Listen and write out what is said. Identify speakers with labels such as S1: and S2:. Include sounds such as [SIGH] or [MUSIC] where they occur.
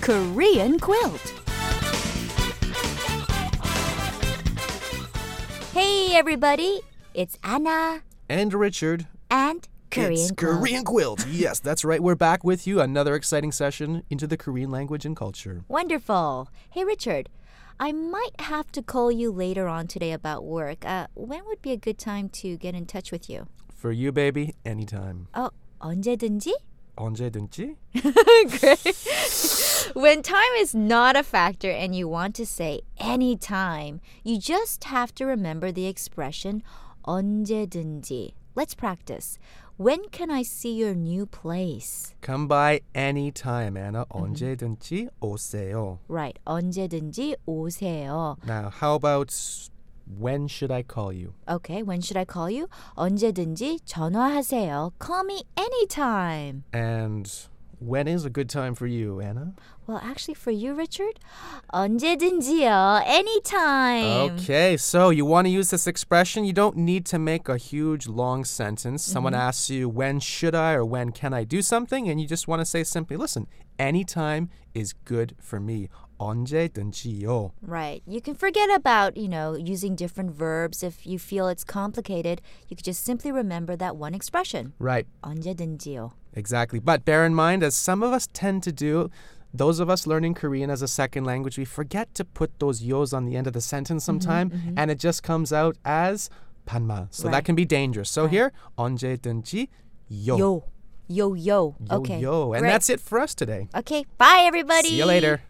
S1: Korean quilt.
S2: Hey, everybody. It's Anna
S3: And Richard.
S2: and Korean.
S3: it's
S2: Club.
S3: Korean Quilt. Yes, that's right. We're back with you. Another exciting session into the Korean language and culture.
S2: Wonderful. Hey, Richard. I might have to call you later on today about work. Uh, when would be a good time to get in touch with you?
S3: For you, baby, anytime.
S2: Oh, 언제든지?
S3: 언제든지?
S2: [LAUGHS] Great. when time is not a factor and you want to say any time, you just have to remember the expression 언제든지. Let's practice. When can I see your new place?
S3: Come by anytime, Anna. 언제든지 오세요.
S2: Right. 언제든지 오세요.
S3: Now, how about when should I call you?
S2: Okay, when should I call you? 언제든지 전화하세요. Call me anytime.
S3: And when is a good time for you, Anna?
S2: Well, actually for you, Richard, 언제든지요. Anytime.
S3: Okay, so you want to use this expression. You don't need to make a huge long sentence. Someone
S2: Mm-hmm.
S3: asks you, when should I or when can I do something? And you just want to say simply, listen, any time is good for me. 언제든지요.
S2: Right. You can forget about, you know, using different verbs if you feel it's complicated. You could just simply remember that one expression.
S3: Right,
S2: 언제든지요.
S3: exactly. But bear in mind, as some of us tend to do, those of us learning Korean as a second language, we forget to put those yos on the end of the sentence
S2: Mm-hmm,
S3: sometime, and it just comes out as 반말. So that
S2: Right.
S3: can be dangerous. So here, 언제든지요.
S2: Yo. Yo yo.
S3: Yo,
S2: okay.
S3: yo. And
S2: Great.
S3: that's it for us today.
S2: Okay. Bye everybody.
S3: See you later.